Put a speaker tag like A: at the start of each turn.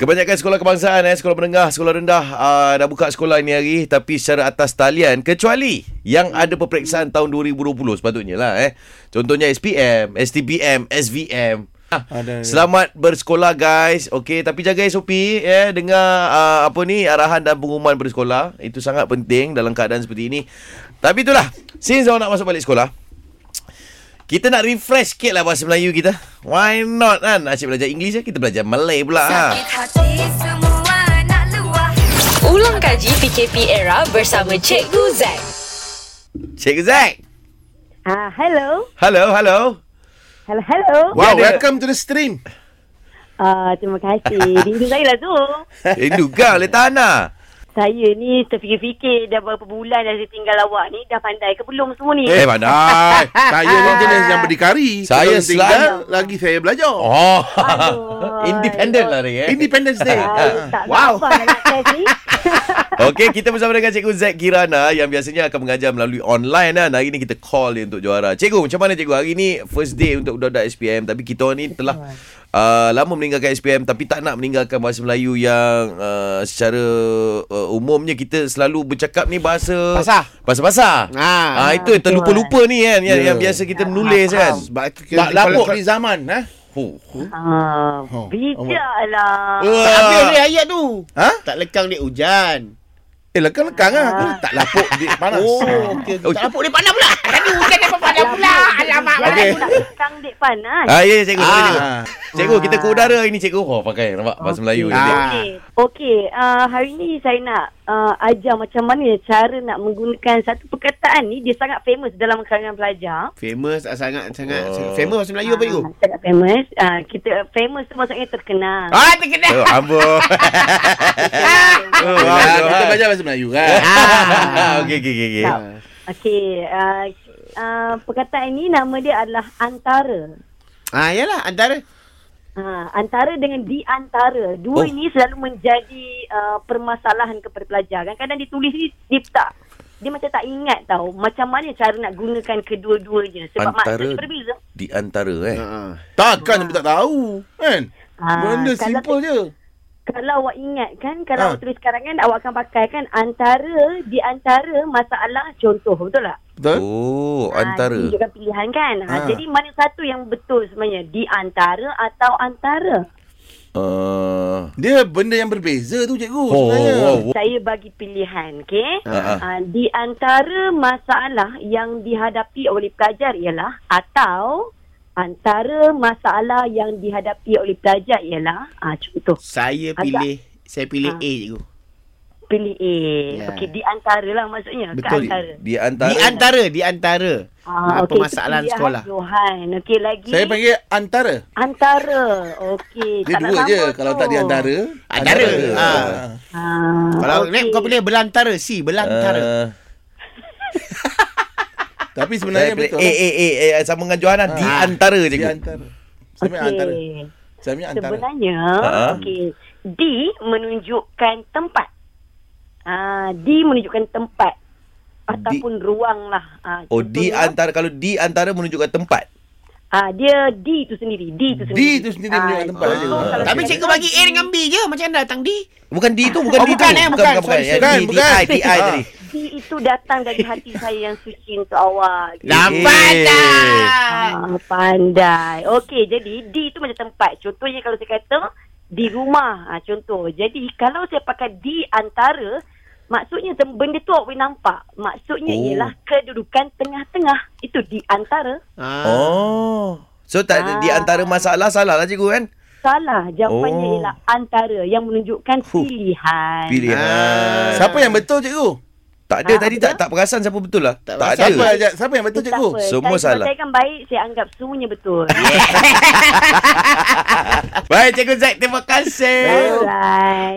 A: Kebanyakan sekolah kebangsaan eh, sekolah menengah, sekolah rendah uh, dah buka sekolah ni hari tapi secara atas talian kecuali yang ada peperiksaan tahun 2020 sepatutnya lah eh. Contohnya SPM, STPM, SVM. Ah,
B: Ada, ada.
A: selamat bersekolah guys. Okey, tapi jaga SOP eh dengar uh, apa ni arahan dan pengumuman bersekolah. Itu sangat penting dalam keadaan seperti ini. Tapi itulah, since orang nak masuk balik sekolah, kita nak refresh sikit lah bahasa Melayu kita. Why not kan? Asyik belajar English je, kita belajar Malay pula. Ha.
C: Sakit hati semua nak luah
D: Ulang kaji PKP era bersama Cikgu Zack.
A: Cikgu Zack.
E: Ah, hello.
A: Hello, hello.
E: Hello, hello.
B: Wow,
A: Dia ada-
B: welcome to the stream.
E: Ah, terima kasih. Rindu saya lah tu.
A: Rindu kau Eh, oleh tanah.
E: Saya ni terfikir-fikir dah berapa bulan dah saya tinggal awak ni. Dah pandai ke belum semua ni?
A: Eh, pandai.
B: Saya ni jenis
E: Ah.
B: yang berdikari.
A: Saya
B: Kalau tinggal, lagi saya belajar. Oh.
A: Oh.
E: Aduh.
A: Independent lah ni eh.
B: Independence Day.
E: Ah, tak
B: wow.
E: sabar nak test ni.
A: Okey, kita bersama dengan Cikgu Zack Kirana yang biasanya akan mengajar melalui online kan. Hari ni kita call dia untuk juara. Cikgu, macam mana cikgu? Hari ni first day untuk budak-budak SPM tapi kita orang ni telah uh, lama meninggalkan SPM tapi tak nak meninggalkan bahasa Melayu yang uh, secara uh, umumnya kita selalu bercakap ni bahasa
B: Pasar.
A: Pasar-pasar.
B: Ah.
A: Ah, itu yang terlupa-lupa ni kan yang, yeah. yang biasa kita menulis kan.
B: Ah. Sebab itu
A: Tak
B: kita
A: lapuk.
B: lapuk ni zaman. Ha?
A: Oh.
E: Ah,
B: Oh,
E: bijaklah.
B: Wah.
F: Tak habis ni ayat tu.
B: Ha?
F: Tak lekang dia hujan.
B: Eh, lekang-lekang lah. Aku tak lapuk di panas. Oh.
F: Oh, okey. Okay. Tak lapuk dia panas pula. Tadi hujan dia panas pula. Alamak.
E: Jangan
B: Okey.
E: aku nak pisang dek panas.
A: Ah, ya, ya, cikgu. sorry,
F: Ah.
A: cikgu. Cikgu, kita ke udara hari ni, cikgu. Oh, pakai nampak bahasa Melayu.
B: Ah.
A: cantik.
E: Okey, okay. uh, hari ni saya nak uh, ajar macam mana cara nak menggunakan satu perkataan ni. Dia sangat famous dalam kalangan pelajar.
F: Famous tak sangat sangat.
A: Oh.
F: Famous bahasa Melayu apa itu?
E: Ah, Sangat famous. Ah, kita famous tu maksudnya terkenal.
F: Ah, terkenal.
A: Oh, amboi.
B: Ah, kita belajar bahasa Melayu
A: Eh.
B: kan.
A: Ah. Okey, okey, okey. okey.
E: Tak. Okey, uh, uh, perkataan ini nama dia adalah antara.
F: Ah, yalah antara.
E: Ha, antara dengan di antara.
A: Oh.
E: Dua oh. ini selalu menjadi uh, permasalahan kepada pelajar. Kadang-kadang ditulis ni dia tak dia macam tak ingat tau macam mana cara nak gunakan kedua-duanya sebab
A: Antara.
E: maknanya berbeza.
A: Di antara eh.
F: Ha.
B: Takkan sampai tak tahu. Kan?
E: Ah,
B: Benda
E: kalau
B: simple je.
E: Kalau awak ingat kan kalau
B: Ah.
E: awak tulis sekarang kan awak akan pakai kan antara di antara masalah contoh betul tak?
B: Betul?
A: Oh, antara.
E: Ha, tunjukkan pilihan kan.
B: Ah.
E: Ha, Jadi mana satu yang betul sebenarnya? Di antara atau antara?
A: Ah.
B: Dia benda yang berbeza tu cikgu
A: Oh,
B: sebenarnya.
A: oh, oh, oh.
E: Saya bagi pilihan, okey?
A: Ah, ah.
E: Ha, di antara masalah yang dihadapi oleh pelajar ialah atau antara masalah yang dihadapi oleh pelajar ialah ha, contoh
F: Saya
E: Agak.
F: pilih saya pilih
E: Ah.
F: A cikgu.
E: pilih A.
F: Ya.
E: Okey, di antara lah maksudnya.
F: Betul.
E: Ke antara.
A: Di antara.
F: Di antara, di antara.
E: Ah,
F: Ah,
E: okey, itu
F: permasalahan
E: pilihan
F: sekolah.
E: Johan. Okey, lagi
B: Saya panggil antara.
E: antara. Okey,
B: Dia
E: tak nak
B: dua je.
E: sambung
B: Kalau
E: tu.
B: tak di antara.
F: Antara.
B: Ah.
F: Ah.
E: Ha,
F: Kalau okay.
E: okey.
F: kau pilih belantara, C belantara.
A: Ah,
B: Tapi sebenarnya
A: Saya pilih
B: betul.
A: eh, eh, eh, eh, sama dengan Johanna di
B: Ah.
A: antara
B: Di
A: cikgu.
B: antara. Saya okay. antara.
E: Okey.
B: Saya punya antara.
E: Sebenarnya,
A: Ha?
E: okey, D menunjukkan tempat. Ah, D menunjukkan tempat ataupun ruang lah. Ah,
A: Oh, di
E: contohnya,
A: antara kalau di antara menunjukkan tempat.
E: ah, dia D tu sendiri, D tu
B: D
E: sendiri. Ah,
B: tu sendiri menunjukkan tempat
E: contoh
B: aja.
E: kalau
F: Tapi
E: kita
F: cikgu
E: nak-
F: bagi A dengan B je. Macam mana datang D?
A: Bukan di tu, bukan
F: Oh,
A: di
F: bukan,
A: tu.
F: eh,
A: bukan,
F: bukan.
A: bukan.
F: Sorry,
A: Ya,
B: sorry.
A: di, di,
B: Bukan,
A: I, di, I
B: bukan.
A: tadi.
E: D itu datang dari hati saya yang suci untuk awak.
F: Dapat
A: Eh.
F: dah.
E: Ah, pandai. Okey, jadi D tu macam tempat. Contohnya kalau saya kata di rumah. Ah, contoh. Jadi kalau saya pakai di antara, maksudnya tem- benda tu awak boleh nampak. Maksudnya
A: Oh.
E: oh. ialah kedudukan tengah-tengah. Itu di antara.
F: Ah.
A: Oh. So tak
E: Ah.
A: di antara masalah salah lah cikgu kan?
E: Salah. Jawapannya
A: Oh.
E: oh. ialah antara yang menunjukkan
A: Huh.
E: pilihan.
A: Pilihan.
F: Ah.
B: Siapa yang betul cikgu?
A: lah. Tak ada
E: Ah,
A: tadi
E: betul.
A: tak tak perasan siapa betul lah. Tak, tak
F: Tak perasan.
A: ada.
B: Siapa ajak? Siapa yang betul
E: Eh,
B: cikgu?
E: tak apa.
A: Semua
E: saya, sebab
A: salah.
E: Saya kan baik, saya anggap semuanya betul.
A: Baik cikgu Zack, terima kasih.
E: Alright.